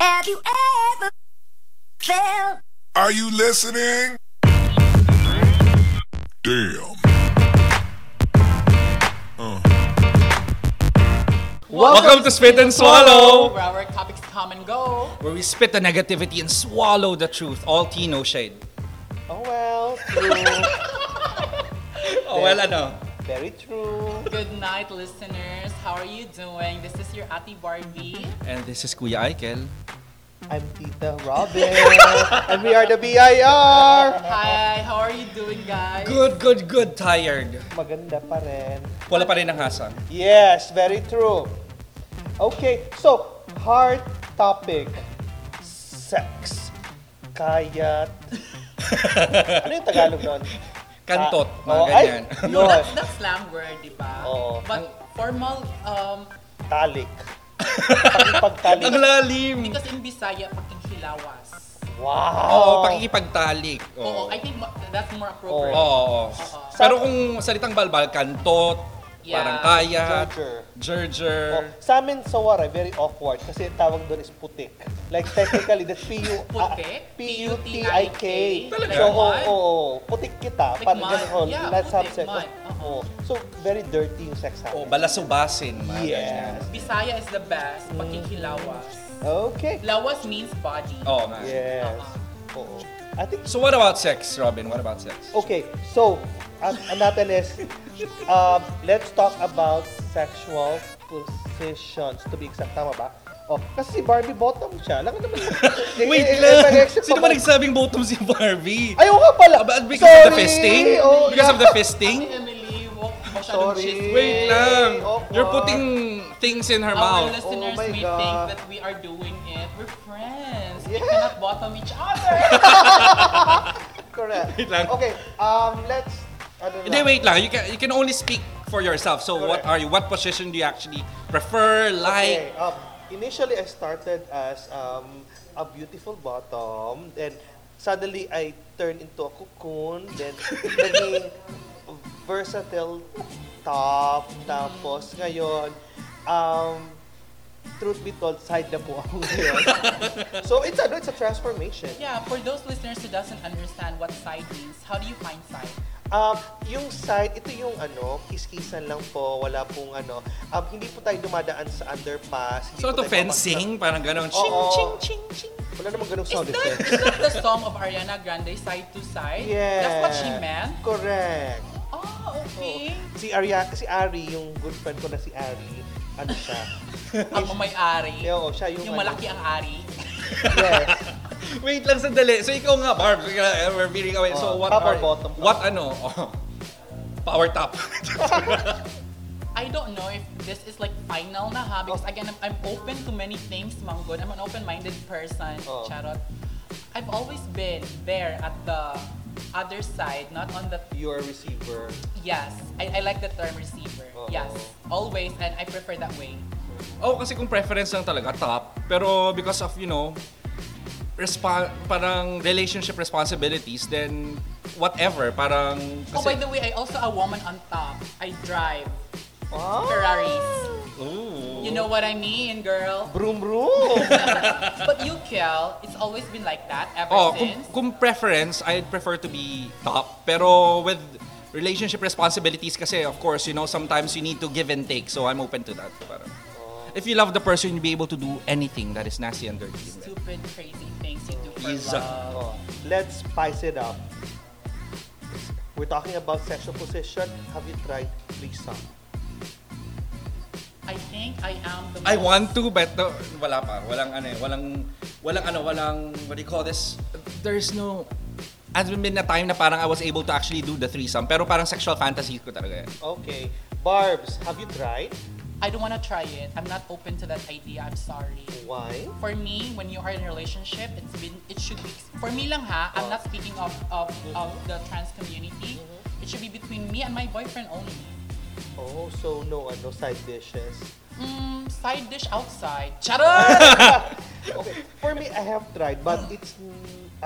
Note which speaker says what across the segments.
Speaker 1: Have you ever felt?
Speaker 2: Are you listening? Damn. Uh.
Speaker 3: Welcome to Spit and Swallow,
Speaker 4: Where our topics come and go.
Speaker 3: where we spit the negativity and swallow the truth. All Tino shade.
Speaker 5: Oh well, true.
Speaker 3: Oh, well, ano?
Speaker 5: Very true.
Speaker 4: Good night, listeners. How are you doing? This is your Ati Barbie.
Speaker 3: And this is Kuya Aikel.
Speaker 5: I'm Tita Robin. and we are the BIR.
Speaker 4: Hi, how are you doing, guys?
Speaker 3: Good, good, good, tired.
Speaker 5: Maganda pa rin.
Speaker 3: Wala pa rin ang hasang.
Speaker 5: Yes, very true. Okay, so hard topic. Sex. Kayat. ano yung Tagalog nun?
Speaker 3: Kantot,
Speaker 5: Ah,
Speaker 3: mga
Speaker 5: oh, ay,
Speaker 3: ganyan.
Speaker 5: yun.
Speaker 4: That's the slang word, di ba?
Speaker 3: Oh,
Speaker 5: Oo.
Speaker 4: But formal, um,
Speaker 5: Talik. Pakipagtalik.
Speaker 3: Ang lalim!
Speaker 4: because in Bisaya, pakinghilawas.
Speaker 3: Oo,
Speaker 5: Wow.
Speaker 3: pakikipagtalik. Oo,
Speaker 4: Oo, I think ma- that's more appropriate.
Speaker 3: oo. oo. Pero kung salitang balbal, kantot,
Speaker 4: Yeah.
Speaker 3: parang kayat,
Speaker 5: Gerger. Oh,
Speaker 3: gerger.
Speaker 5: sa amin sa Waray, very awkward kasi tawag doon is putik. Like technically, that's P-U- ah,
Speaker 4: Putik?
Speaker 5: P-U-T-I-K.
Speaker 4: Talaga?
Speaker 5: So, oo,
Speaker 4: Like
Speaker 5: oo, oo. putik kita.
Speaker 4: Like
Speaker 5: parang
Speaker 4: mud?
Speaker 5: ganun, oh,
Speaker 4: Yeah,
Speaker 5: let's have
Speaker 4: putik, Uh-huh.
Speaker 5: sex.
Speaker 4: mud.
Speaker 5: Oo. So, very dirty yung sex
Speaker 3: O,
Speaker 5: namin.
Speaker 3: balasubasin, mga ganyan.
Speaker 5: Yes.
Speaker 4: Bisaya is the best, pakinghilawas.
Speaker 5: Okay.
Speaker 4: Lawas means body.
Speaker 3: Oo, nga.
Speaker 5: Yes.
Speaker 4: Uh-huh.
Speaker 5: Oo. I think,
Speaker 3: So what about sex, Robin? What about sex?
Speaker 5: okay, so, ang ang natin is, um, let's talk about sexual positions. To be exact, tama ba? Oh, kasi si Barbie bottom siya. Alam ko naman.
Speaker 3: Wait
Speaker 5: Eh, eh, eh,
Speaker 3: lang!
Speaker 5: eh,
Speaker 3: Sino ba nagsabing bottom si Barbie? Ah,
Speaker 5: Ayaw nga pala.
Speaker 3: But because of the fisting?
Speaker 5: Oh,
Speaker 3: because of the fisting?
Speaker 4: Ay, Emily, wag masyadong
Speaker 5: Sorry.
Speaker 4: chismis.
Speaker 3: Wait lang!
Speaker 5: Awkward.
Speaker 3: You're putting things in her
Speaker 4: Our
Speaker 3: mouth.
Speaker 4: listeners
Speaker 5: Oh my
Speaker 4: may
Speaker 5: God.
Speaker 4: think that we are doing it. We're friends. We
Speaker 5: Yeah.
Speaker 4: cannot bottom each other.
Speaker 5: correct.
Speaker 3: Wait lang.
Speaker 5: Okay, um, let's, ano na.
Speaker 3: Hindi, wait lang. You can, you can only speak for yourself. So what
Speaker 5: Correct.
Speaker 3: are you? What position do you actually prefer,
Speaker 5: Okay,
Speaker 3: like?
Speaker 5: um, initially I started as um, a beautiful bottom, then suddenly I turned into a cocoon, then naging versatile top, tapos ngayon, um, truth be told, side na po ako ngayon. so it's a, it's a transformation.
Speaker 4: yeah, for those listeners who doesn't understand what side means, how do you find side?
Speaker 5: Um, yung side, ito yung ano, kiskisan lang po, wala pong ano, um, hindi po tayo dumadaan sa underpass. hindi
Speaker 3: So
Speaker 5: po
Speaker 3: to
Speaker 5: tayo
Speaker 3: fencing? Parang ganon.
Speaker 5: papasok.
Speaker 3: Ching,
Speaker 5: Oo.
Speaker 3: ching, ching, ching.
Speaker 5: Wala namang ganung
Speaker 4: Is
Speaker 5: sound
Speaker 4: that,
Speaker 5: effect.
Speaker 4: is that the song of Ariana Grande, Side to Side?
Speaker 5: Yeah.
Speaker 4: That's what she meant?
Speaker 5: Correct.
Speaker 4: Oh, okay.
Speaker 5: Si Aria, si Ari, yung good friend ko na si Ari, ano siya?
Speaker 4: Ang may-ari.
Speaker 5: Eh, oo, siya yung,
Speaker 4: Yung
Speaker 5: ano.
Speaker 4: malaki ang ari.
Speaker 5: Yes.
Speaker 3: Wait lang sandali. So ikaw nga, Barb, uh, we're veering away. So
Speaker 5: Oh,
Speaker 3: what
Speaker 5: top or
Speaker 3: are...
Speaker 5: bottom?
Speaker 3: What ano? Oh. Power top.
Speaker 4: I don't know if this is like final na ha
Speaker 5: Oh.
Speaker 4: because again I'm, I'm open to many things Manggod. I'm an open-minded person,
Speaker 5: Oh.
Speaker 4: Charot. I've always been there at the other side, not on the
Speaker 5: You are a receiver.
Speaker 4: yes. I, I like the term receiver.
Speaker 5: Oh.
Speaker 4: Yes, always, and I prefer that way.
Speaker 3: oh, kasi kung preference lang talaga, top. Pero because of, you know, respa- parang relationship responsibilities, then whatever, parang...
Speaker 4: Oh, by the way, I also a woman on top. I drive Ferraris.
Speaker 5: Ah!
Speaker 3: Ooh.
Speaker 4: You know what I mean, girl.
Speaker 5: Broom, broom.
Speaker 4: But you, Kel, it's always been like that ever
Speaker 3: Oh, kung,
Speaker 4: since.
Speaker 3: kung preference, I'd prefer to be top. Pero with relationship responsibilities kasi, of course, you know, sometimes you need to give and take. So I'm open to that. Parang, if you love the person, you'll be able to do anything that is nasty and dirty.
Speaker 4: Stupid, crazy things you do for
Speaker 3: Isa.
Speaker 4: love.
Speaker 5: Oh, let's spice it up. We're talking about sexual position. Have you tried threesome?
Speaker 4: I think I am the
Speaker 3: I
Speaker 4: most-
Speaker 3: want to, but no, wala pa. Walang ano eh, walang, walang ano, walang, what do you call this? There's no, has been a time na parang I was able to actually do the threesome. Pero parang sexual fantasy ko talaga eh. yan.
Speaker 5: Okay. Barbs, have you tried?
Speaker 4: I don't want to try it. I'm not open to that idea. I'm sorry.
Speaker 5: Why?
Speaker 4: For me, when you are in a relationship, it's been it should be for me lang ha. I'm not speaking of of, of the trans community.
Speaker 3: Mm-hmm.
Speaker 4: It should be between me and my boyfriend only.
Speaker 5: Oh, so no, ano, side dishes.
Speaker 4: Mm, side dish outside. Charot!
Speaker 5: Okay. For me, I have tried, but it's mm,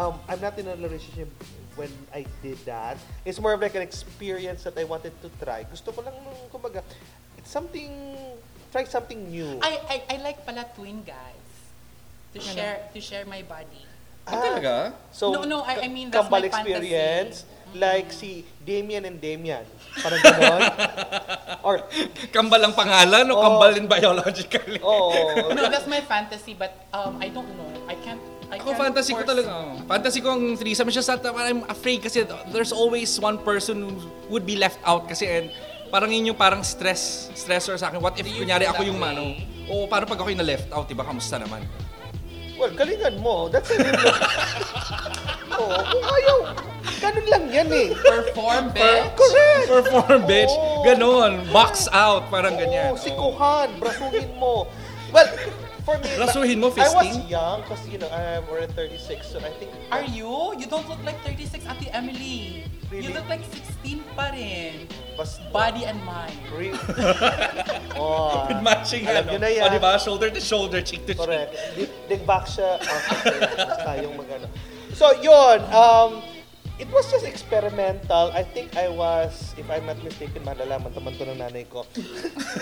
Speaker 5: um, I'm not in a relationship when I did that. It's more of like an experience that I wanted to try. Gusto ko lang nung kumbaga, it's something try something new.
Speaker 4: I, I I like pala twin guys. to share to share my body.
Speaker 3: Ah, talaga?
Speaker 5: So,
Speaker 4: No, no, I- I mean, that's my
Speaker 5: Kambal
Speaker 4: fantasy. Mm-hmm.
Speaker 5: experience, like si Damien and Damian. Parang gano'n. Or,
Speaker 3: Kambal ang pangalan o
Speaker 5: Oo.
Speaker 3: kambal din biologically?
Speaker 5: oh,
Speaker 3: Ano?
Speaker 4: No, that's my fantasy, but um, I don't know. I can't. I
Speaker 3: Ako,
Speaker 4: can't
Speaker 3: fantasy ko
Speaker 4: force-
Speaker 3: talaga. oh. Fantasy ko ang threesome. It's just that uh, I'm afraid kasi there's always one person who would be left out kasi and parang yun yung parang stress, stressor sa akin. What if,
Speaker 4: you
Speaker 3: kunyari,
Speaker 4: feel
Speaker 3: ako
Speaker 4: that
Speaker 3: yung
Speaker 4: way?
Speaker 3: mano? Oo, paano pag ako yung na-left out, diba? Kamusta naman?
Speaker 5: well, galingan mo. That's a Oo, kung ayaw. Ganun lang yan eh.
Speaker 4: Perform, bitch.
Speaker 5: Correct.
Speaker 3: Perform, bitch!
Speaker 5: Oo.
Speaker 3: Ganon! Box out! Parang ganyan.
Speaker 5: Oo,
Speaker 3: Oo.
Speaker 5: sikuhan. Brasuhin mo. Well, for me,
Speaker 3: Brasuhin mo,
Speaker 5: I was
Speaker 3: fisting?
Speaker 5: young because, you know, I'm already 36, so I think
Speaker 4: Are you? You don't look like 36, Ate Emily. You
Speaker 5: Really?
Speaker 4: look like 16 pa rin.
Speaker 5: Bas-
Speaker 4: Body and mind.
Speaker 5: Re- oh,
Speaker 3: With matching,
Speaker 5: Alam
Speaker 3: ano?
Speaker 5: nyo na yan.
Speaker 3: O, diba? Shoulder to shoulder, cheek to cheek.
Speaker 5: Correct. Dig- Dig back siya. Ah, Okay, mas tayong magano. So, yun. Um, it was just experimental. I think I was, if I'm not mistaken, malalaman naman to ng nanay ko.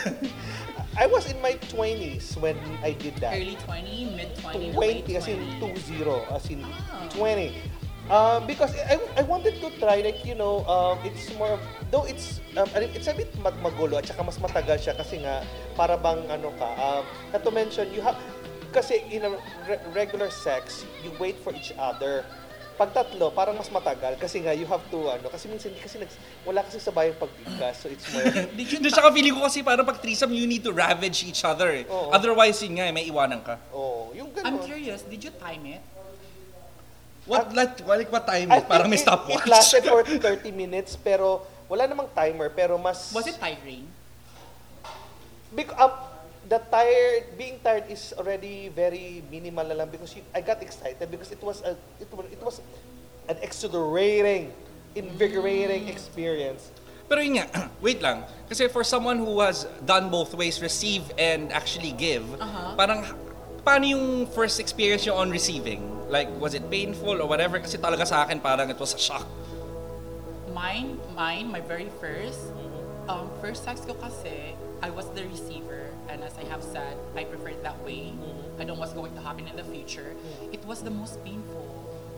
Speaker 5: I was in my 20s when I did that.
Speaker 4: Early 20, mid 20,
Speaker 5: 20
Speaker 4: late
Speaker 5: as in
Speaker 4: 20.
Speaker 5: 2-0 as in
Speaker 4: Ah.
Speaker 5: 20 um, because I, I wanted to try like you know um, it's more of, though it's um, I mean, it's a bit mag magulo at saka mas matagal siya kasi nga para bang ano ka um, not to mention you have kasi in a re- regular sex you wait for each other pag tatlo, parang mas matagal kasi nga you have to ano kasi minsan hindi kasi nags, wala kasi sa bayang pagbigkas so it's more
Speaker 3: Did you Tsaka feeling ko kasi parang pag threesome, you need to ravage each other eh.
Speaker 5: Oo.
Speaker 3: Otherwise, yun nga eh, may iwanan ka.
Speaker 5: oh yung ganun
Speaker 4: I'm curious, did you time it?
Speaker 3: What, like, like, what time?
Speaker 5: Ah. I think
Speaker 3: Parang may
Speaker 5: it-
Speaker 3: stopwatch.
Speaker 5: It lasted for 30 minutes, pero wala namang timer, pero mas...
Speaker 4: Was it tiring?
Speaker 5: Because, the tired, being tired is already very minimal na lang because you- I got excited because it was a, it, wa- it was an exhilarating, invigorating experience.
Speaker 3: Pero yun nga, wait lang. Kasi for someone who has done both ways, receive and actually give,
Speaker 5: Uh-huh.
Speaker 3: parang paano yung first experience nyo on receiving? Like, was it painful or whatever? Kasi talaga sa akin parang it was a shock.
Speaker 4: Mine, mine, my very first, um, first sex ko kasi, I was the receiver. And as I have said, I prefer it that way. I don't know what's going to happen in the future. It was the most painful.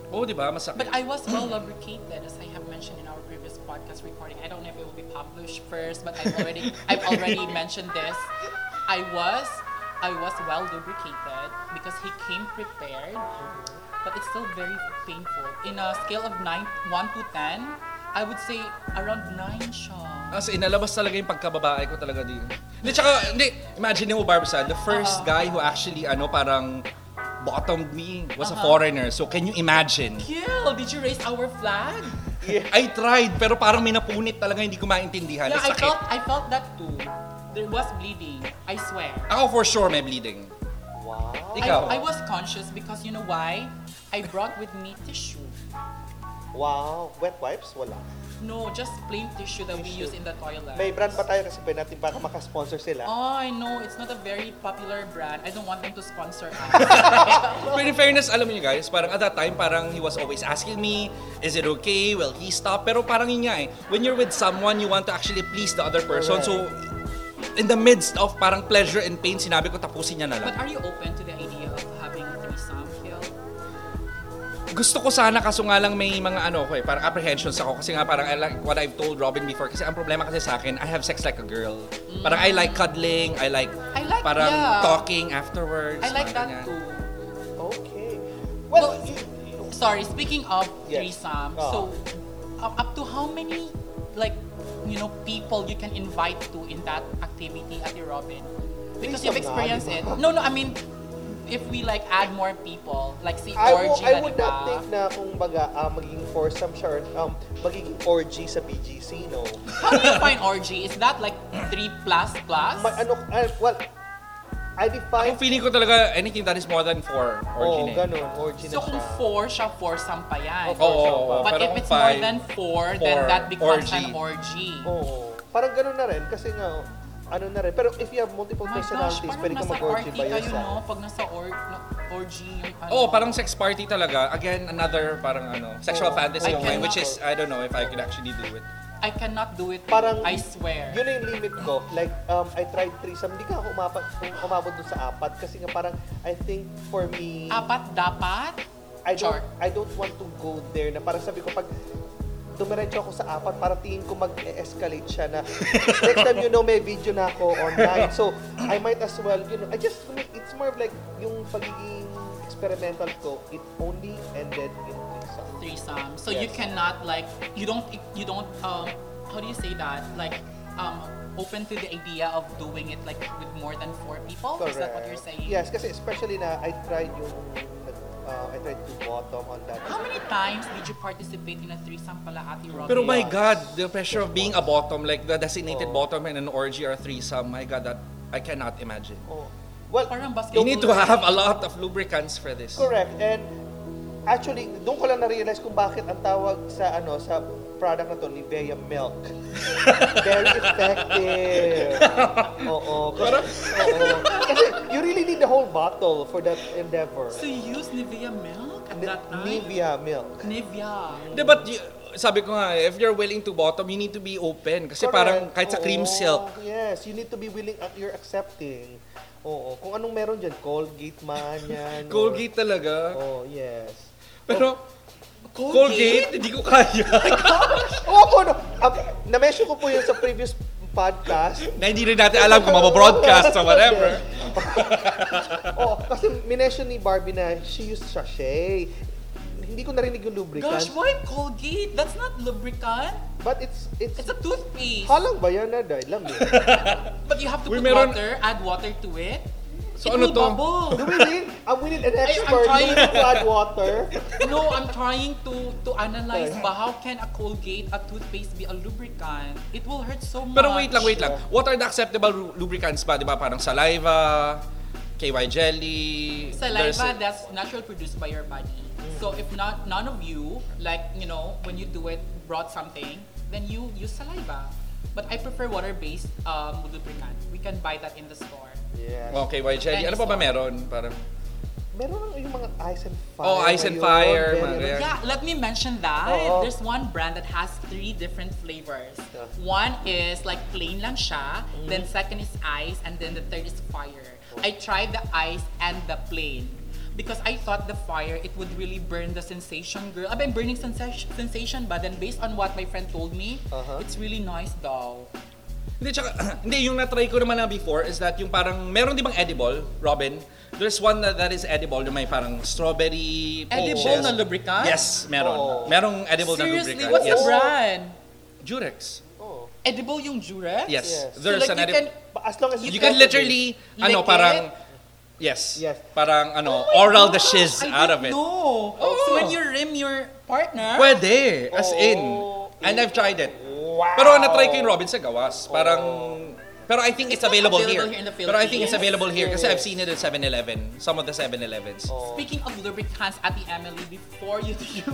Speaker 3: Oo, di ba? Masakit.
Speaker 4: But I was well lubricated, as I have mentioned in our previous podcast recording. I don't know if it will be published first, but I've already I've already mentioned this. I was I was well lubricated because he came prepared, but it's still very painful. In a scale of nine, one to ten, I would say around nine siya.
Speaker 3: As in, nalabas talaga yung pagkababae ko talaga din. Hindi, tsaka, hindi, imagine mo, Barbsa, the first guy who actually, ano, parang bottomed me was a foreigner. So, can you imagine?
Speaker 4: Kill! Did you raise our flag?
Speaker 3: I tried, pero parang may napunit talaga, hindi ko maintindihan.
Speaker 4: Yeah,
Speaker 3: Ang
Speaker 4: I
Speaker 3: sakit.
Speaker 4: felt I felt that too. There was bleeding. I swear.
Speaker 3: Ako for sure may bleeding.
Speaker 5: Wow.
Speaker 3: Ikaw?
Speaker 4: I, I was conscious because you know why? I brought with me tissue.
Speaker 5: Wow. Wet wipes? Wala.
Speaker 4: No, just plain tissue that we
Speaker 5: Tissue.
Speaker 4: use in the toilet.
Speaker 5: May brand ba tayo kasi pwede natin para makasponsor sila?
Speaker 4: Oh, I know. It's not a very popular brand. I don't want them to sponsor us.
Speaker 3: Pero in fairness, alam niyo guys, parang at that time, parang he was always asking me, is it okay? Will he stop? Pero parang yun nga eh, when you're with someone, you want to actually please the other person. So, in the midst of parang pleasure and pain, sinabi ko tapusin niya na lang.
Speaker 4: but are you open to the idea of having threesome, Phil?
Speaker 3: Gusto ko sana kaso nga lang may mga ano ko eh, parang apprehensions ako kasi nga parang I like what I've told Robin before kasi ang problema kasi sa akin, I have sex like a girl. Parang I like cuddling, I like,
Speaker 4: Mm. I like-
Speaker 3: parang
Speaker 4: yeah.
Speaker 3: talking afterwards.
Speaker 4: I
Speaker 3: mga
Speaker 4: like
Speaker 3: ganyan.
Speaker 4: that too.
Speaker 5: Okay.
Speaker 4: Oh.
Speaker 5: Well,
Speaker 4: Well,
Speaker 5: y-
Speaker 4: Sorry, speaking of
Speaker 5: Yes.
Speaker 4: threesome,
Speaker 5: Ah.
Speaker 4: so up, up to how many, like, you know, people you can invite to in that activity at your Robin? Because you've
Speaker 5: Threesome nga,
Speaker 4: experienced
Speaker 5: di
Speaker 4: it.
Speaker 5: ba?
Speaker 4: No, no, I mean, if we like add more people, like si
Speaker 5: I, wo-
Speaker 4: orgy
Speaker 5: I
Speaker 4: na,
Speaker 5: would
Speaker 4: di ba?
Speaker 5: not think na kung baga ah, magiging foursome siya or um, magiging orgy sa BGC, no?
Speaker 4: How do you find orgy? Is that like three plus plus?
Speaker 5: Ma- ano, ah, well, I
Speaker 3: Ang
Speaker 5: define...
Speaker 3: feeling ko talaga, anything that is more than four
Speaker 5: Oo,
Speaker 3: orgy na eh.
Speaker 5: Oh, ganun. Orgy na
Speaker 4: So kung
Speaker 5: siya.
Speaker 4: four siya, foursome pa yan.
Speaker 5: Oo,
Speaker 3: Oo,
Speaker 4: But
Speaker 3: pero
Speaker 4: if
Speaker 3: kung
Speaker 4: it's more
Speaker 3: Oh, five,
Speaker 4: than four, then
Speaker 3: four,
Speaker 4: that becomes
Speaker 3: orgy.
Speaker 4: an orgy.
Speaker 5: Oo. Parang ganun na rin. Kasi nga, ano na rin. Pero if you have multiple
Speaker 4: Oh my gosh,
Speaker 5: personalities,
Speaker 4: parang
Speaker 5: pwede ka
Speaker 4: nasa
Speaker 5: mag-orgy
Speaker 4: party
Speaker 5: by
Speaker 4: kayo, no?
Speaker 5: yourself.
Speaker 4: Pag nasa or, na, orgy yung ano.
Speaker 3: Oh, parang sex party talaga. Again, another parang ano, sexual
Speaker 5: Oo.
Speaker 3: fantasy
Speaker 4: I
Speaker 3: of mine, which is,
Speaker 4: cannot-
Speaker 3: I don't know if I could actually do it.
Speaker 4: I cannot do it.
Speaker 5: Parang-
Speaker 4: I swear.
Speaker 5: Yun na yung limit ko. Like, um, I tried threesome. Hindi ka ako umapat, umabot dun sa apat. Kasi nga parang, I think for me,
Speaker 4: Apat dapat?
Speaker 5: I don't,
Speaker 4: Char.
Speaker 5: I don't want to go there. Na parang sabi ko, pag dumiretso ako sa apat, para tingin ko mag-escalate siya na next time you know may video na ako online. So, I might as well, you know, I just, it's more of like yung pagiging experimental ko, it only ended in threesome.
Speaker 4: threesome. So you
Speaker 5: Yes.
Speaker 4: cannot like you don't you don't um how do you say that like um open to the idea of doing it like with more than four people. Is that what you're
Speaker 5: Correct.
Speaker 4: saying?
Speaker 5: Yes, kasi especially na I tried yung, uh, I tried to bottom on that.
Speaker 4: How many times did you participate in a threesome pala, Ate Robin?
Speaker 3: Pero my
Speaker 5: Yeah.
Speaker 3: God, the pressure of being a bottom, like the designated bottom in an orgy or threesome, my God, that I cannot imagine.
Speaker 5: Oh. Well,
Speaker 3: You
Speaker 4: Parang basketball.
Speaker 3: need to have a lot of lubricants for this.
Speaker 5: Correct. And actually, doon ko lang na-realize kung bakit ang tawag sa ano sa product na to, Nivea Milk. Very effective. Oo. Kasi, oo. Kasi you really need the whole bottle for that endeavor.
Speaker 4: So you use Nivea milk at
Speaker 5: Ni-
Speaker 4: that time?
Speaker 5: Nivea Milk.
Speaker 4: Nivea.
Speaker 3: Di, but you, sabi ko nga, if you're willing to bottom, you need to be open. Kasi
Speaker 5: Correct.
Speaker 3: parang kahit sa cream
Speaker 5: Oo.
Speaker 3: silk,
Speaker 5: Yes, you need to be willing at you're accepting. Oo. Kung anong meron dyan, Colgate man yan. or-
Speaker 3: Colgate talaga.
Speaker 5: Oo, yes.
Speaker 3: Pero Colgate, hindi ko kaya.
Speaker 5: Oo, oh, no. Um, na-mention ko po yun sa previous podcast.
Speaker 3: na hindi rin natin alam kung mababroadcast or whatever.
Speaker 5: Oo, Oh, kasi minention ni Barbie na she used sachet. Hindi ko narinig yung lubricant.
Speaker 4: Gosh, why Colgate? That's not lubricant.
Speaker 5: But it's, it's,
Speaker 4: It's a toothpaste.
Speaker 5: halang ba yan na dahil lang yun?
Speaker 4: But you have to
Speaker 3: Uy,
Speaker 4: put
Speaker 3: meron-
Speaker 4: water, add water to it.
Speaker 3: So
Speaker 4: it
Speaker 3: ano
Speaker 4: will
Speaker 3: to?
Speaker 4: bubble.
Speaker 5: Do we need, um, we need an expert. Do
Speaker 4: trying.
Speaker 5: we need to add water?
Speaker 4: No, I'm trying to to analyze
Speaker 5: Okay.
Speaker 4: ba how can a Colgate, a toothpaste be a lubricant? It will hurt so much.
Speaker 3: Pero wait lang, wait lang. What are the acceptable ru- lubricants ba? Di ba? Parang saliva, KY jelly. there's a-
Speaker 4: Saliva
Speaker 3: Mm.
Speaker 4: that's natural produced by your body. So if not none of you like you know when you do it brought something, then you use saliva. But I prefer water-based um, lubricant. We can buy that in the store.
Speaker 5: Yes.
Speaker 3: Oh, KY jelly. Ano pa ba meron? Parang
Speaker 5: Meron yung mga ice and fire.
Speaker 3: Oh, ice and
Speaker 5: ngayon.
Speaker 3: fire,
Speaker 5: Meron.
Speaker 3: mga ganyan.
Speaker 4: Yeah, let me mention that.
Speaker 5: Oo.
Speaker 4: There's one brand that has three different flavors.
Speaker 5: Oh, Yeah. Mm-hmm.
Speaker 4: One is like plain lang siya, then second is ice, and then the third is fire.
Speaker 5: Oh.
Speaker 4: I tried the ice and the plain. Because I thought the fire, it would really burn the sensation, girl. I've been burning sensation, sensation, but then based on what my friend told me,
Speaker 5: Uh-huh.
Speaker 4: it's really nice though.
Speaker 3: Hindi, tsaka, hindi, yung na-try ko naman na before is that yung parang, meron di bang edible, Robin? There's one that, that is edible, yung may parang strawberry,
Speaker 4: Edible
Speaker 3: peaches.
Speaker 4: na lubricant? Oh.
Speaker 3: Yes, meron.
Speaker 5: Oo.
Speaker 3: Merong edible
Speaker 4: Seriously,
Speaker 3: na lubricant.
Speaker 4: what's
Speaker 3: yes.
Speaker 4: the brand?
Speaker 3: Durex.
Speaker 5: Oh.
Speaker 4: Edible yung Jurex?
Speaker 3: Yes.
Speaker 5: Yes.
Speaker 3: There's an
Speaker 4: so like you
Speaker 3: edible.
Speaker 4: can,
Speaker 5: But as long as
Speaker 3: you
Speaker 5: you,
Speaker 3: can
Speaker 5: try to
Speaker 3: literally,
Speaker 4: Lick
Speaker 3: ano,
Speaker 4: it?
Speaker 3: parang, yes.
Speaker 5: Yes.
Speaker 3: Parang, ano,
Speaker 4: Oh my
Speaker 3: oral the
Speaker 4: gosh,
Speaker 3: shiz
Speaker 4: I
Speaker 3: out of it.
Speaker 4: didn't
Speaker 3: Oh.
Speaker 4: know. Oh, So when you rim your partner,
Speaker 3: Pwede, as
Speaker 4: Oh.
Speaker 3: in. And I've tried it. Pero na-try ko yung Robin sa gawas. Parang, pero I think it's,
Speaker 4: Oh. It's not
Speaker 3: available,
Speaker 4: available
Speaker 3: here.
Speaker 4: here in the
Speaker 3: Pero I think it's
Speaker 4: Philippines. Oh.
Speaker 3: available here kasi I've seen it at 7-Eleven. Some of the 7-Elevens.
Speaker 4: Speaking of lubricants, Ate Emily, E, before you, you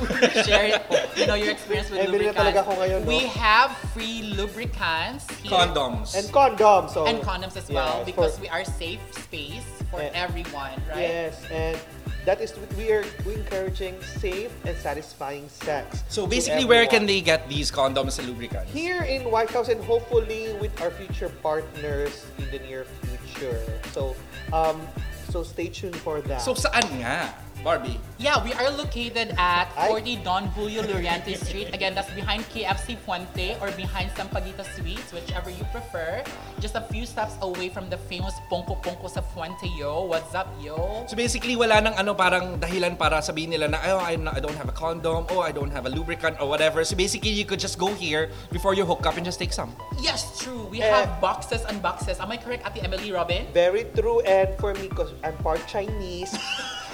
Speaker 4: share it, you know, your experience with
Speaker 5: Emily na
Speaker 4: lubricants,
Speaker 5: talaga ako ngayon, no?
Speaker 4: we have free lubricants here.
Speaker 3: Condoms.
Speaker 5: And condoms. So.
Speaker 4: And condoms as well
Speaker 5: Yes,
Speaker 4: because
Speaker 5: for-
Speaker 4: we are safe space for
Speaker 5: Yeah.
Speaker 4: everyone, right?
Speaker 5: Yes, and that is what we are we encouraging safe and satisfying sex.
Speaker 3: so
Speaker 5: to
Speaker 3: basically, where can they
Speaker 5: everyone.
Speaker 3: get these condoms and lubricants?
Speaker 5: Here in White House and hopefully with our future partners in the near future. So, um, so stay tuned for that.
Speaker 3: So saan nga, Barbie?
Speaker 4: Yeah, we are located at
Speaker 5: Ay.
Speaker 4: 40 Don Julio Luriente Street. Again, that's behind KFC Fuente or behind Sampaguita Suites, whichever you prefer. Just a few steps away from the famous Ponko Ponko sa Fuente, yo. What's up, yo?
Speaker 3: So basically, wala nang ano, parang dahilan para sabihin nila na, oh, I'm not- I don't have a condom, oh, I don't have a lubricant, or whatever. So basically, you could just go here before you hook up and just take some.
Speaker 4: Yes, true. We
Speaker 5: Eh.
Speaker 4: have boxes and boxes. Am I correct, Ate Emily Robin?
Speaker 5: Very true and for me, because I'm part Chinese,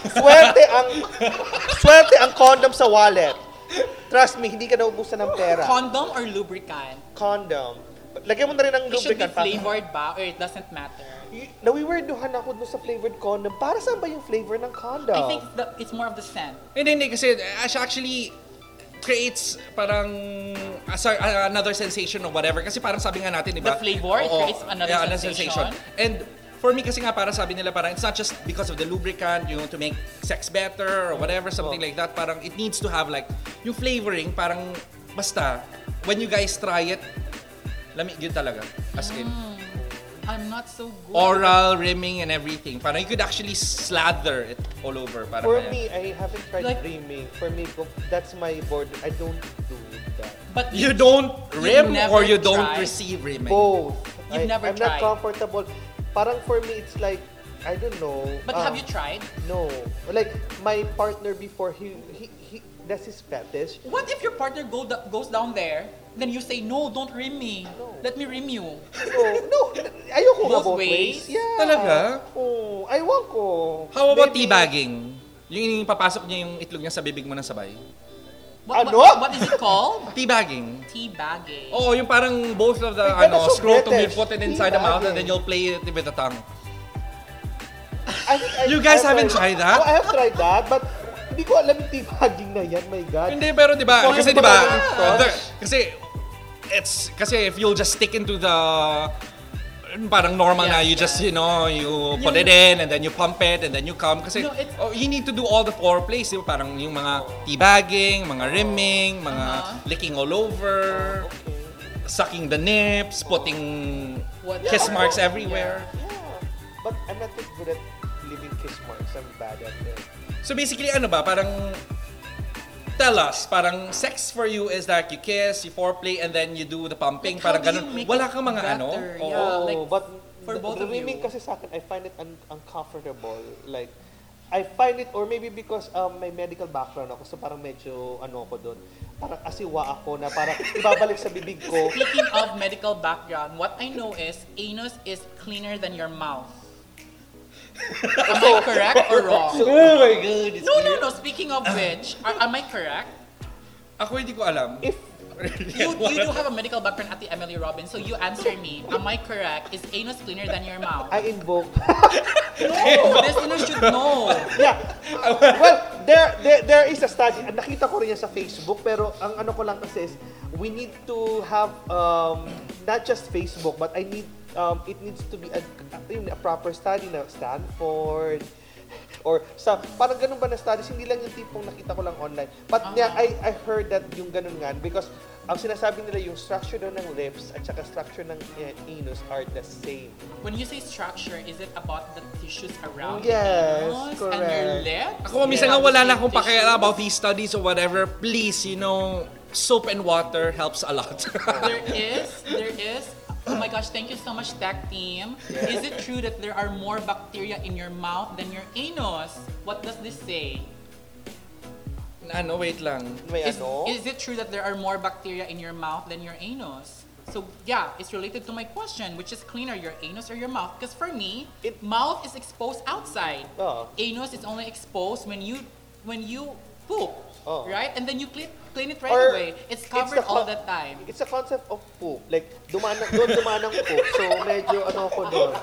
Speaker 5: swerte ang swerte ang condom sa wallet. Trust me, hindi ka naubusan ng pera.
Speaker 4: Condom or lubricant?
Speaker 5: condom. Lagyan mo na rin ng
Speaker 4: It should be
Speaker 5: lubricant pa.
Speaker 4: flavored ba or it doesn't matter?
Speaker 5: Y- Nawiwerduhan ako dun sa flavored condom. Para saan ba yung flavor ng condom?
Speaker 4: I think it's, the, it's more of the scent.
Speaker 3: Hindi, hindi. Kasi uh, siya actually creates parang as a- uh, another sensation or whatever. Kasi parang sabi nga natin, di ba?
Speaker 4: The flavor, it creates another sensation.
Speaker 3: And for me kasi nga para sabi nila parang it's not just because of the lubricant, you know, to make sex better or whatever, something like that. Parang it needs to have like, yung flavoring parang basta when you guys try it, lamig yun talaga. As in,
Speaker 4: Mm. I'm not so good.
Speaker 3: oral, rimming, and everything. Parang you could actually slather it all over. Parang
Speaker 5: For
Speaker 3: kaya.
Speaker 5: me, I haven't tried
Speaker 4: Like-
Speaker 5: rimming. For me, go- that's my board. I don't do that.
Speaker 4: But
Speaker 3: You don't rim
Speaker 4: never
Speaker 3: or you don't
Speaker 4: tried.
Speaker 3: receive rimming.
Speaker 5: Both.
Speaker 4: You've
Speaker 5: I,
Speaker 4: never
Speaker 5: I'm
Speaker 4: tried.
Speaker 5: not comfortable. Parang for me, it's like, I don't know.
Speaker 4: But
Speaker 5: um,
Speaker 4: have you tried?
Speaker 5: No. Like, my partner before, he, he, he that's his fetish.
Speaker 4: What if your partner go da- goes down there, then you say, no, don't rim me. Let me rim you.
Speaker 5: No, no. Ayoko nga
Speaker 4: Both
Speaker 5: both ways.
Speaker 4: ways?
Speaker 5: Yeah.
Speaker 3: Talaga?
Speaker 5: Oo. Ayaw ko.
Speaker 3: How about
Speaker 5: Maybe-
Speaker 3: teabagging? Yung papasok niya yung itlog niya sa bibig mo na sabay.
Speaker 4: What,
Speaker 5: Ano?
Speaker 4: what, what is it called?
Speaker 3: Teabagging.
Speaker 4: Tea Oh. bagging.
Speaker 3: Oo, yung parang both of the
Speaker 5: Wait,
Speaker 3: ano,
Speaker 5: that's so
Speaker 3: scrotum, you
Speaker 5: British.
Speaker 3: put it inside the mouth and then
Speaker 5: Teabagging.
Speaker 3: you'll play it with the tongue.
Speaker 5: I think I-
Speaker 3: You guys
Speaker 5: I've
Speaker 3: haven't tried that?
Speaker 5: Oh, I have tried that, but hindi ko alam yung teabagging na yan. My God.
Speaker 3: Hindi, pero di ba,
Speaker 5: Why
Speaker 3: kasi
Speaker 5: would
Speaker 3: di ba, uh,
Speaker 5: you touch?
Speaker 3: the- kasi, it's, kasi if you'll just stick into the, parang normal na,
Speaker 4: Yeah,
Speaker 3: you
Speaker 4: yeah.
Speaker 3: just, you know, you put
Speaker 4: Yung-
Speaker 3: it in, and then you pump it, and then you come. Kasi,
Speaker 4: No, it's-
Speaker 3: oh, you need to do all the foreplays, di ba? Parang yung mga teabagging, mga rimming, mga
Speaker 4: Uh-huh.
Speaker 3: licking all over, sucking the nips, putting
Speaker 4: What-
Speaker 3: kiss
Speaker 4: Yeah.
Speaker 3: marks everywhere.
Speaker 5: Yeah. But I'm not that good at leaving kiss marks. I'm bad at it.
Speaker 3: So basically, ano ba? Parang, tell us, parang sex for you is like you kiss, you foreplay, and then you do the pumping.
Speaker 4: Like, how
Speaker 3: parang
Speaker 4: do you
Speaker 3: ganun.
Speaker 4: make
Speaker 3: Wala
Speaker 4: it
Speaker 3: kang mga ano.
Speaker 4: better?
Speaker 3: Oo.
Speaker 4: Yeah.
Speaker 5: Oh,
Speaker 4: like,
Speaker 5: but
Speaker 4: for
Speaker 5: the-
Speaker 4: both
Speaker 5: the
Speaker 4: of
Speaker 5: rimming
Speaker 4: you.
Speaker 5: kasi sa akin, I find it un- uncomfortable. Like, I find it, or maybe because um, may medical background ako, so parang medyo ano ko doon. Parang asiwa ako na parang ibabalik sa bibig ko.
Speaker 4: Speaking of medical background, what I know is anus is cleaner than your mouth. Am I correct or wrong?
Speaker 5: oh my God.
Speaker 4: No, no, no. Speaking of which, are, am I correct?
Speaker 3: Ako hindi ko alam.
Speaker 5: If,
Speaker 4: You, you do have a medical background at the Emily Robbins, so you answer me. Am I correct? Is anus cleaner than your mouth?
Speaker 5: I invoke.
Speaker 4: No, listeners should know.
Speaker 5: yeah. Well, there, there there is a study. Nakita ko rin yan sa Facebook pero ang ano ko lang kasi is we need to have um not just Facebook but I need um it needs to be a, yun, a proper study na Stanford or sa parang ganun ba na studies hindi lang yung tipong nakita ko lang online but yeah I I heard that yung ganun nga because ang sinasabi nila yung structure daw ng lips at saka structure ng eh, anus are the same
Speaker 4: When you say structure, is it about the tissues around the
Speaker 5: Yes,
Speaker 4: anus and your
Speaker 5: correct.
Speaker 4: lips?
Speaker 3: Ako, minsan
Speaker 4: Yeah.
Speaker 3: nga wala na akong
Speaker 4: Tissues.
Speaker 3: pakialam about these studies or whatever. Please, you know, soap and water helps a lot.
Speaker 4: There is, there is. Oh my gosh, thank you so much, tech team. Is it true that there are more bacteria in your mouth than your anus? What does this say?
Speaker 3: ano, wait lang.
Speaker 5: may
Speaker 4: Is,
Speaker 5: ano
Speaker 4: is it true that there are more bacteria in your mouth than your anus? So yeah, it's related to my question, which is cleaner, your anus or your mouth? Because for me,
Speaker 5: It-
Speaker 4: mouth is exposed outside.
Speaker 5: Oh.
Speaker 4: Anus is only exposed when you when you poop,
Speaker 5: Oh.
Speaker 4: right? And then you clean clean it right
Speaker 5: Or
Speaker 4: away. It's
Speaker 5: it's
Speaker 4: covered
Speaker 5: the
Speaker 4: all
Speaker 5: co-
Speaker 4: the time.
Speaker 5: It's a concept of poop. Like, dumaan doon dumaan ang poop. So, medyo ano ko doon.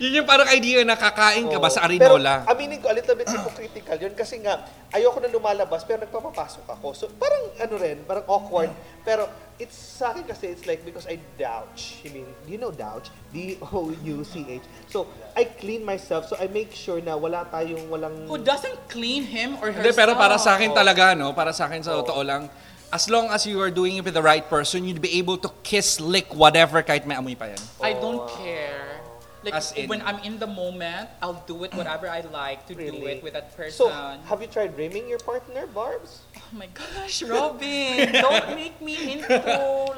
Speaker 3: Yun yung parang idea na kakain ka ba sa
Speaker 5: Oh. Pero,
Speaker 3: arinola?
Speaker 5: aminin ko, a little bit hypocritical yun. Kasi nga, ayoko na lumalabas, pero nagpapapasok ako. So, parang ano rin, parang awkward. Pero, it's sa akin kasi, it's like because I douch. I mean, you know douch? D-O-U-C-H. So, I clean myself. So, I make sure na wala tayong walang...
Speaker 4: Who doesn't clean him or herself?
Speaker 3: Hindi, pero para sa akin talaga, no? Para sa akin, sa totoo lang, as long as you are doing it with the right person, you'd be able to kiss, lick, whatever, kahit may amoy pa yan.
Speaker 4: I don't care. Like
Speaker 3: As in-
Speaker 4: when I'm in the moment, I'll do it whatever I like to do
Speaker 5: Really.
Speaker 4: it with that person.
Speaker 5: So, have you tried rimming your partner, Barbs?
Speaker 4: Oh my gosh, Robin, don't make me into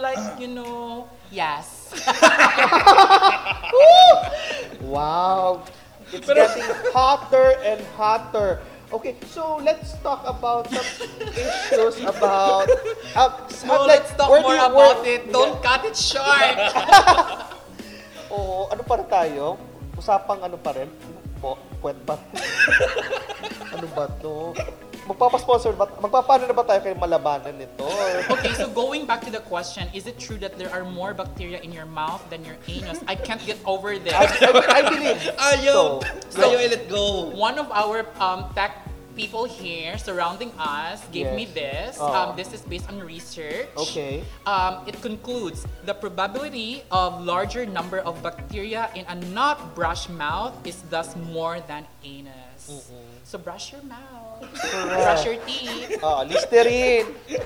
Speaker 4: like, you know, yes.
Speaker 5: Wow. It's getting hotter and hotter. Okay, so let's talk about some issues about. Uh,
Speaker 4: No, let's talk more about it. Don't cut it short.
Speaker 5: Oo, ano para tayo? Usapang ano pa rin? Po, kwet ba? ano ba to? Magpapasponsor ba? Magpapaano na ba tayo kay malabanan nito? Or-
Speaker 4: okay, so going back to the question, is it true that there are more bacteria in your mouth than your anus? I can't get over
Speaker 5: I,
Speaker 4: this.
Speaker 5: I, I believe.
Speaker 3: Ayaw!
Speaker 5: So,
Speaker 3: Ayaw i-let go!
Speaker 4: One of our um, tech people here surrounding us gave
Speaker 5: Yes.
Speaker 4: me this.
Speaker 5: Ah.
Speaker 4: Um, this is based on research.
Speaker 5: Okay.
Speaker 4: Um, it concludes the probability of larger number of bacteria in a not brush mouth is thus more than anus.
Speaker 5: Mm-hmm.
Speaker 4: So brush your mouth, brush your teeth.
Speaker 5: Ah, Listerine. We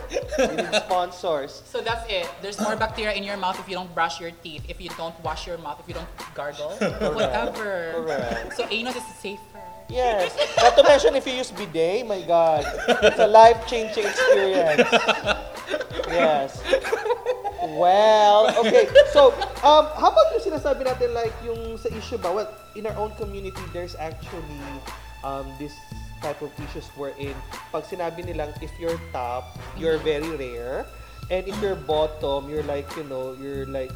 Speaker 5: need sponsors.
Speaker 4: So that's it. There's more bacteria in your mouth if you don't brush your teeth, if you don't wash your mouth, if you don't gargle, whatever.
Speaker 5: Correct.
Speaker 4: So anus is safer.
Speaker 5: Yes. Not to mention if you use bidet, my God. It's a life-changing experience. Yes. Well, okay. So, um, how about yung sinasabi natin like yung sa issue ba? Well, in our own community, there's actually um, this type of issues wherein pag sinabi nilang if you're top, you're very rare. And if you're bottom, you're like, you know, you're like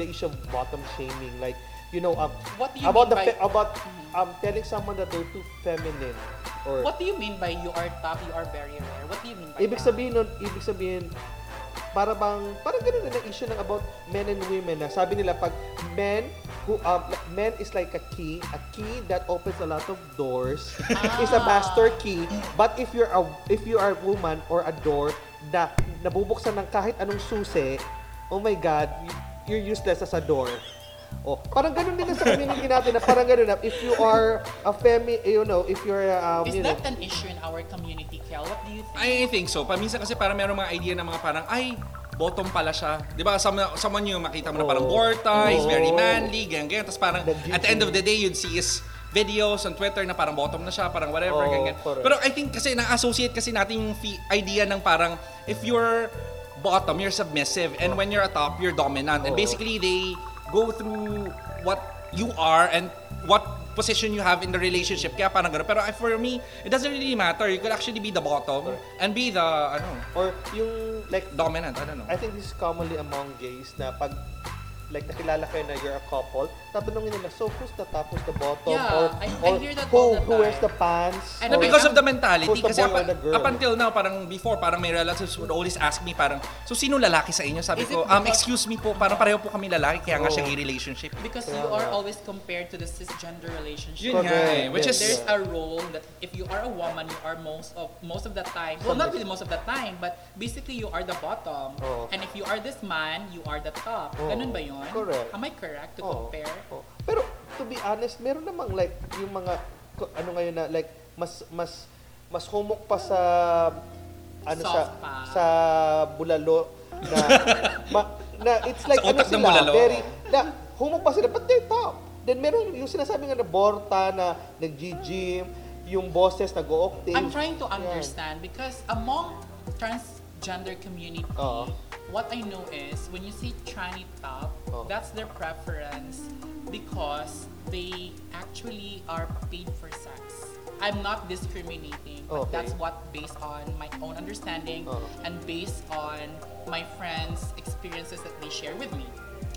Speaker 5: the issue of bottom shaming. Like, you know, um,
Speaker 4: What do you
Speaker 5: about
Speaker 4: mean by-
Speaker 5: the fe- about um, telling someone that they're too feminine or
Speaker 4: What do you mean by you are top, you are very rare? What do you mean by
Speaker 5: Ibig
Speaker 4: that?
Speaker 5: sabihin nun, ibig sabihin, para bang, parang ganun na issue ng about men and women na sabi nila pag men who um, men is like a key a key that opens a lot of doors
Speaker 4: Ah.
Speaker 5: is a master key but if you're a if you are a woman or a door na nabubuksan ng kahit anong susi oh my god you're useless as a door Oh, parang ganun din sa community natin na parang ganun na if you are a femi, you know, if you're um,
Speaker 4: Is
Speaker 5: you know,
Speaker 4: that an issue in our community, Kel? What do you think?
Speaker 3: I think so. Paminsan kasi parang merong mga idea na mga parang, ay, bottom pala siya. Di ba? Some, someone yung makita mo na parang
Speaker 5: Oo.
Speaker 3: Borta, he's very
Speaker 5: Oo.
Speaker 3: manly, ganyan, ganyan. Tapos parang
Speaker 5: The
Speaker 3: at the end of the day, you'd see his videos on Twitter na parang bottom na siya, parang whatever,
Speaker 5: Oo,
Speaker 3: ganyan.
Speaker 5: correct.
Speaker 3: Pero I think kasi na-associate kasi natin yung fi- idea ng parang if you're bottom, you're submissive. And when you're a top, you're dominant. And
Speaker 5: Oo.
Speaker 3: basically, they go through what you are and what position you have in the relationship. Kaya parang ganun. Pero I- for me, it doesn't really matter. You could actually be the bottom and be the, ano,
Speaker 5: or yung like
Speaker 3: dominant. I don't know.
Speaker 5: I think this is commonly among gays na pag like nakilala kayo na you're a couple, tatanungin nila, so who's the top, who's the bottom,
Speaker 4: Yeah,
Speaker 5: or,
Speaker 4: I- I
Speaker 5: or
Speaker 4: hear that
Speaker 5: who,
Speaker 4: all the
Speaker 5: who wears
Speaker 4: time.
Speaker 5: the pants,
Speaker 4: And
Speaker 3: No,
Speaker 5: or-
Speaker 3: Oh, because of the mentality.
Speaker 5: Oh, Who's the
Speaker 3: Kasi
Speaker 5: boy or
Speaker 3: up,
Speaker 5: the girl?
Speaker 3: up until now, parang before, parang may relatives would always ask me, parang, so sino lalaki sa inyo? Sabi
Speaker 4: Is it
Speaker 3: ko, um,
Speaker 4: because-
Speaker 3: excuse me po, parang pareho po kami lalaki, kaya nga
Speaker 5: Oh.
Speaker 3: siya gay relationship.
Speaker 4: Because you are always compared to the cisgender relationship.
Speaker 3: Yun nga eh,
Speaker 5: Correct.
Speaker 3: which
Speaker 5: Yes.
Speaker 3: is,
Speaker 4: There's a role that if you are a woman, you are most of most of the time. Well, not really most of the time, but basically you are the bottom.
Speaker 5: Oo.
Speaker 4: And if you are this man, you are the top.
Speaker 5: Oo.
Speaker 4: Ganun ba yun?
Speaker 5: Oh. Correct. Oh.
Speaker 4: Am I correct to
Speaker 5: Oo.
Speaker 4: compare?
Speaker 5: Oo. Pero to be honest, meron namang like yung mga ko- ano ngayon na like mas mas mas humok pa sa ano sa
Speaker 4: Soft pa.
Speaker 5: sa bulalo na ma- na it's like
Speaker 3: Sa
Speaker 5: ano
Speaker 3: utak ng
Speaker 5: sila
Speaker 3: bulalo.
Speaker 5: very na humok pa sila but they top. Then meron yung sinasabi nga na borta na nag-gym, yung bosses nag-octave.
Speaker 4: I'm trying to understand because among transgender community,
Speaker 5: Oo.
Speaker 4: what I know is when you see tranny top,
Speaker 5: Oo.
Speaker 4: that's their preference because they actually are paid for sex. I'm not discriminating, but
Speaker 5: Okay. Uh-huh.
Speaker 4: that's what based on my own understanding
Speaker 5: Oo.
Speaker 4: and based on my friends' experiences that they share with me.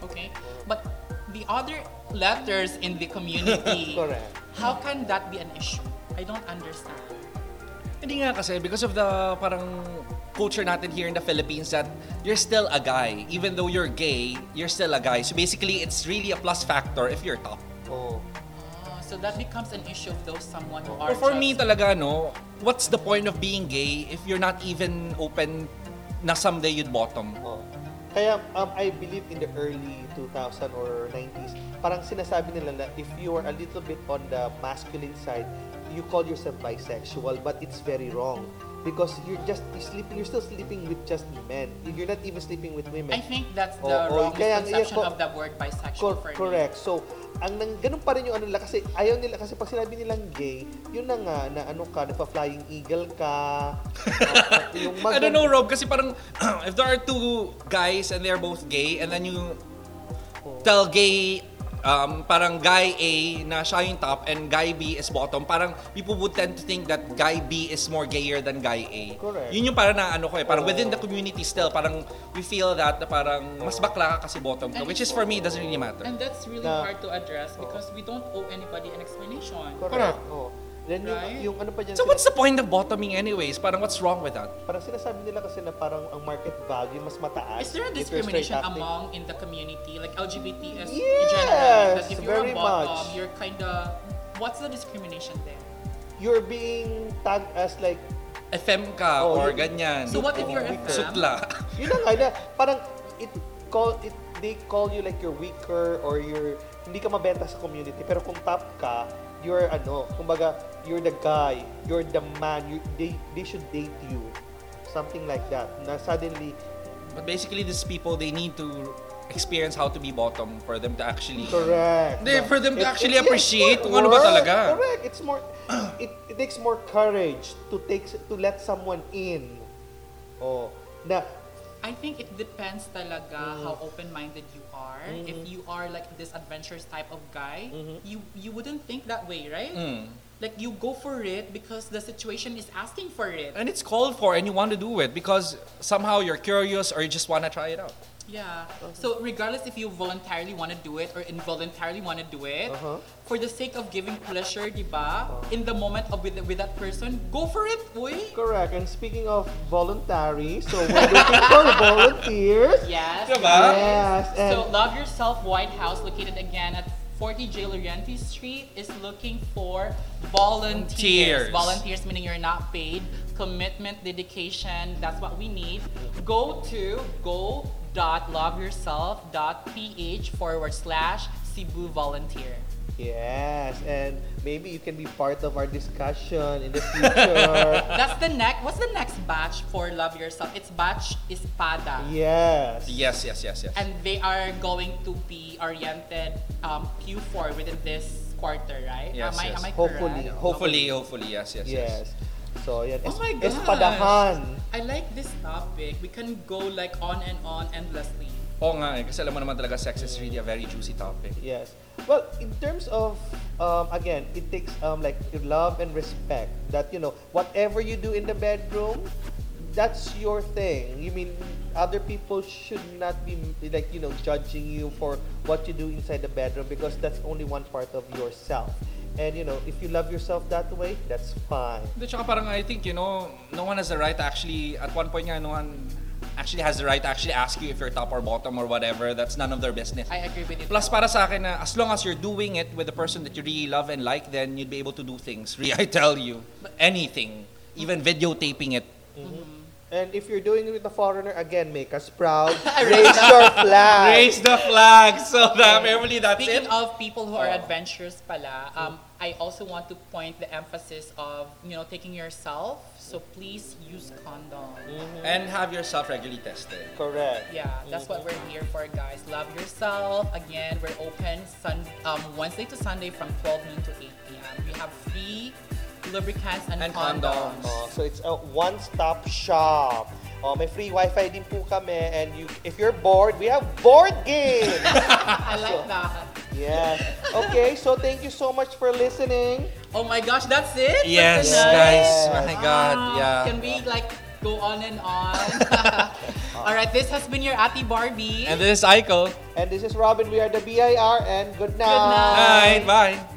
Speaker 4: Okay?
Speaker 5: Uh-huh.
Speaker 4: But the other letters in the community,
Speaker 5: Correct.
Speaker 4: how can that be an issue? I don't understand.
Speaker 3: hindi nga kasi, because of the parang culture natin here in the Philippines that you're still a guy. Even though you're gay, you're still a guy. So basically, it's really a plus factor if you're top.
Speaker 5: Oo.
Speaker 4: Ah, so that becomes an issue of those someone who are
Speaker 3: But for
Speaker 4: just-
Speaker 3: me talaga, no, what's the point of being gay if you're not even open na someday you'd bottom?
Speaker 5: Oo. Kaya um, I believe in the early 2000 or 90s, parang sinasabi nila na if you are a little bit on the masculine side, you call yourself bisexual, but it's very wrong because you're just you're sleeping, you're still sleeping with just men. You're not even sleeping with women.
Speaker 4: I think that's the
Speaker 5: Oo,
Speaker 4: wrong
Speaker 5: Oh, kaya-
Speaker 4: misconception
Speaker 5: kaya-
Speaker 4: of the word bisexual
Speaker 5: Cor-
Speaker 4: for me.
Speaker 5: correct. So, ang nang, ganun pa rin yung ano nila kasi ayaw nila kasi pag sinabi nilang gay, yun na nga na ano ka, nagpa-flying eagle ka. yung
Speaker 3: I don't
Speaker 5: magan-
Speaker 3: know, Rob, kasi parang if there are two guys and they're both gay and then you tell gay um, parang guy A na siya yung top and guy B is bottom, parang people would tend to think that guy B is more gayer than guy A.
Speaker 5: Correct.
Speaker 3: Yun yung parang na ano ko eh, parang within the community still, parang we feel that na parang mas bakla ka kasi bottom ka, which is for me, doesn't really matter.
Speaker 4: And that's really
Speaker 5: Na- oh.
Speaker 4: hard to address because we don't owe anybody an explanation.
Speaker 5: Correct. Oh. Then yung,
Speaker 4: Right?
Speaker 5: yung ano pa dyan,
Speaker 3: So
Speaker 5: sila-
Speaker 3: what's the point of bottoming anyways? Parang what's wrong with that?
Speaker 5: Parang sinasabi nila kasi na parang ang market value mas mataas.
Speaker 4: Is there a
Speaker 5: if you're straight
Speaker 4: discrimination
Speaker 5: acting.
Speaker 4: among in the community, like LGBT as
Speaker 5: Yes,
Speaker 4: in general? That if you're a
Speaker 5: very
Speaker 4: bottom,
Speaker 5: much.
Speaker 4: you're kind of. What's the discrimination there?
Speaker 5: You're being tagged as like,
Speaker 3: FM ka
Speaker 5: Oh,
Speaker 3: or
Speaker 5: yun-
Speaker 3: ganyan.
Speaker 4: So what if you're a femme?
Speaker 3: Sutla.
Speaker 5: yun na nga, na, parang it call, it, they call you like you're weaker or you're, hindi ka mabenta sa community. Pero kung top ka, you're ano, kumbaga, you're the guy, you're the man, you, they, they should date you. Something like that. Na suddenly,
Speaker 3: But basically, these people, they need to experience how to be bottom for them to actually...
Speaker 5: correct.
Speaker 3: Hindi,
Speaker 5: na-
Speaker 3: for them to
Speaker 5: it-
Speaker 3: actually
Speaker 5: it- it's
Speaker 3: appreciate
Speaker 5: more
Speaker 3: kung ano ba
Speaker 5: work.
Speaker 3: talaga.
Speaker 5: Correct. It's more, it, it takes more courage to take, to let someone in. Oh, na,
Speaker 4: I think it depends talaga how open-minded you are. If you are like this adventurous type of guy, you you wouldn't think that way, right? Like you go for it because the situation is asking for it.
Speaker 3: And it's called for and you want to do it because somehow you're curious or you just want to try it out.
Speaker 4: Yeah. So regardless if you voluntarily want to do it or involuntarily want to do it, for the sake of giving pleasure, di ba? In the moment of with, with that person, go for it, uy.
Speaker 5: correct. And speaking of voluntary, so we're looking for volunteers.
Speaker 4: Yes.
Speaker 3: Diba?
Speaker 5: Yes. And
Speaker 4: So Love Yourself White House, located again at 40 J. Laurenti Street, is looking for
Speaker 3: Volunteers.
Speaker 4: volunteers. Volunteers meaning you're not paid. Commitment, dedication, that's what we need. Go to go.loveyourself.ph forward slash Cebu Volunteer.
Speaker 5: Yes, and maybe you can be part of our discussion in the future.
Speaker 4: That's the next, what's the next batch for Love Yourself? It's batch Espada.
Speaker 5: yes.
Speaker 3: Yes, yes, yes, yes.
Speaker 4: And they are going to be oriented um, Q4 within this quarter, right?
Speaker 3: Yes,
Speaker 4: am I,
Speaker 3: yes.
Speaker 4: am I
Speaker 5: Hopefully,
Speaker 4: correct?
Speaker 3: Hopefully, hopefully, yes, yes, yes.
Speaker 5: Yes. So, yan.
Speaker 4: Oh
Speaker 5: es-
Speaker 4: my gosh.
Speaker 5: Espadahan.
Speaker 4: I like this topic. We can go like on and on endlessly.
Speaker 3: Oo nga eh, kasi alam mo naman talaga sex is really a very juicy topic.
Speaker 5: Yes. Well, in terms of, um, again, it takes um, like love and respect. That, you know, whatever you do in the bedroom, that's your thing. You mean, other people should not be, like, you know, judging you for what you do inside the bedroom because that's only one part of yourself. And, you know, if you love yourself that way, that's fine.
Speaker 3: Hindi, tsaka parang I think, you know, no one has the right to actually, at one point nga, no one actually has the right to actually ask you if you're top or bottom or whatever. That's none of their business.
Speaker 4: I agree with you.
Speaker 3: Plus, para sa akin na, as long as you're doing it with the person that you really love and like, then you'd be able to do things. Really, I tell you. Anything. Even videotaping it.
Speaker 5: And if you're doing it with a foreigner, again, make us proud. Raise your flag.
Speaker 3: Raise the flag! So, that, family, um, that's
Speaker 4: Speaking
Speaker 3: it. Oh.
Speaker 4: of people who are adventurous pala, um, I also want to point the emphasis of, you know, taking yourself. So please use condom.
Speaker 3: And have yourself regularly tested.
Speaker 5: Correct.
Speaker 4: Yeah, that's what we're here for, guys. Love yourself. Again, we're open sun um, Wednesday to Sunday from 12 noon to 8 p.m. We have free lubricants and,
Speaker 3: And condoms.
Speaker 5: Oh, so it's a one-stop shop. Oh, may free wifi din po kami and you if you're bored, we have board games.
Speaker 4: I like that.
Speaker 5: yes. Okay, so thank you so much for listening.
Speaker 4: Oh my gosh, that's it? for
Speaker 3: Yes,
Speaker 4: tonight?
Speaker 3: guys. Oh Ah. My God,
Speaker 4: Wow.
Speaker 3: yeah.
Speaker 4: Can we like go on and on? All right, this has been your Ati Barbie.
Speaker 3: And this is Aiko.
Speaker 5: And this is Robin. We are the BIR and good night.
Speaker 3: Night,
Speaker 4: Good night.
Speaker 3: bye.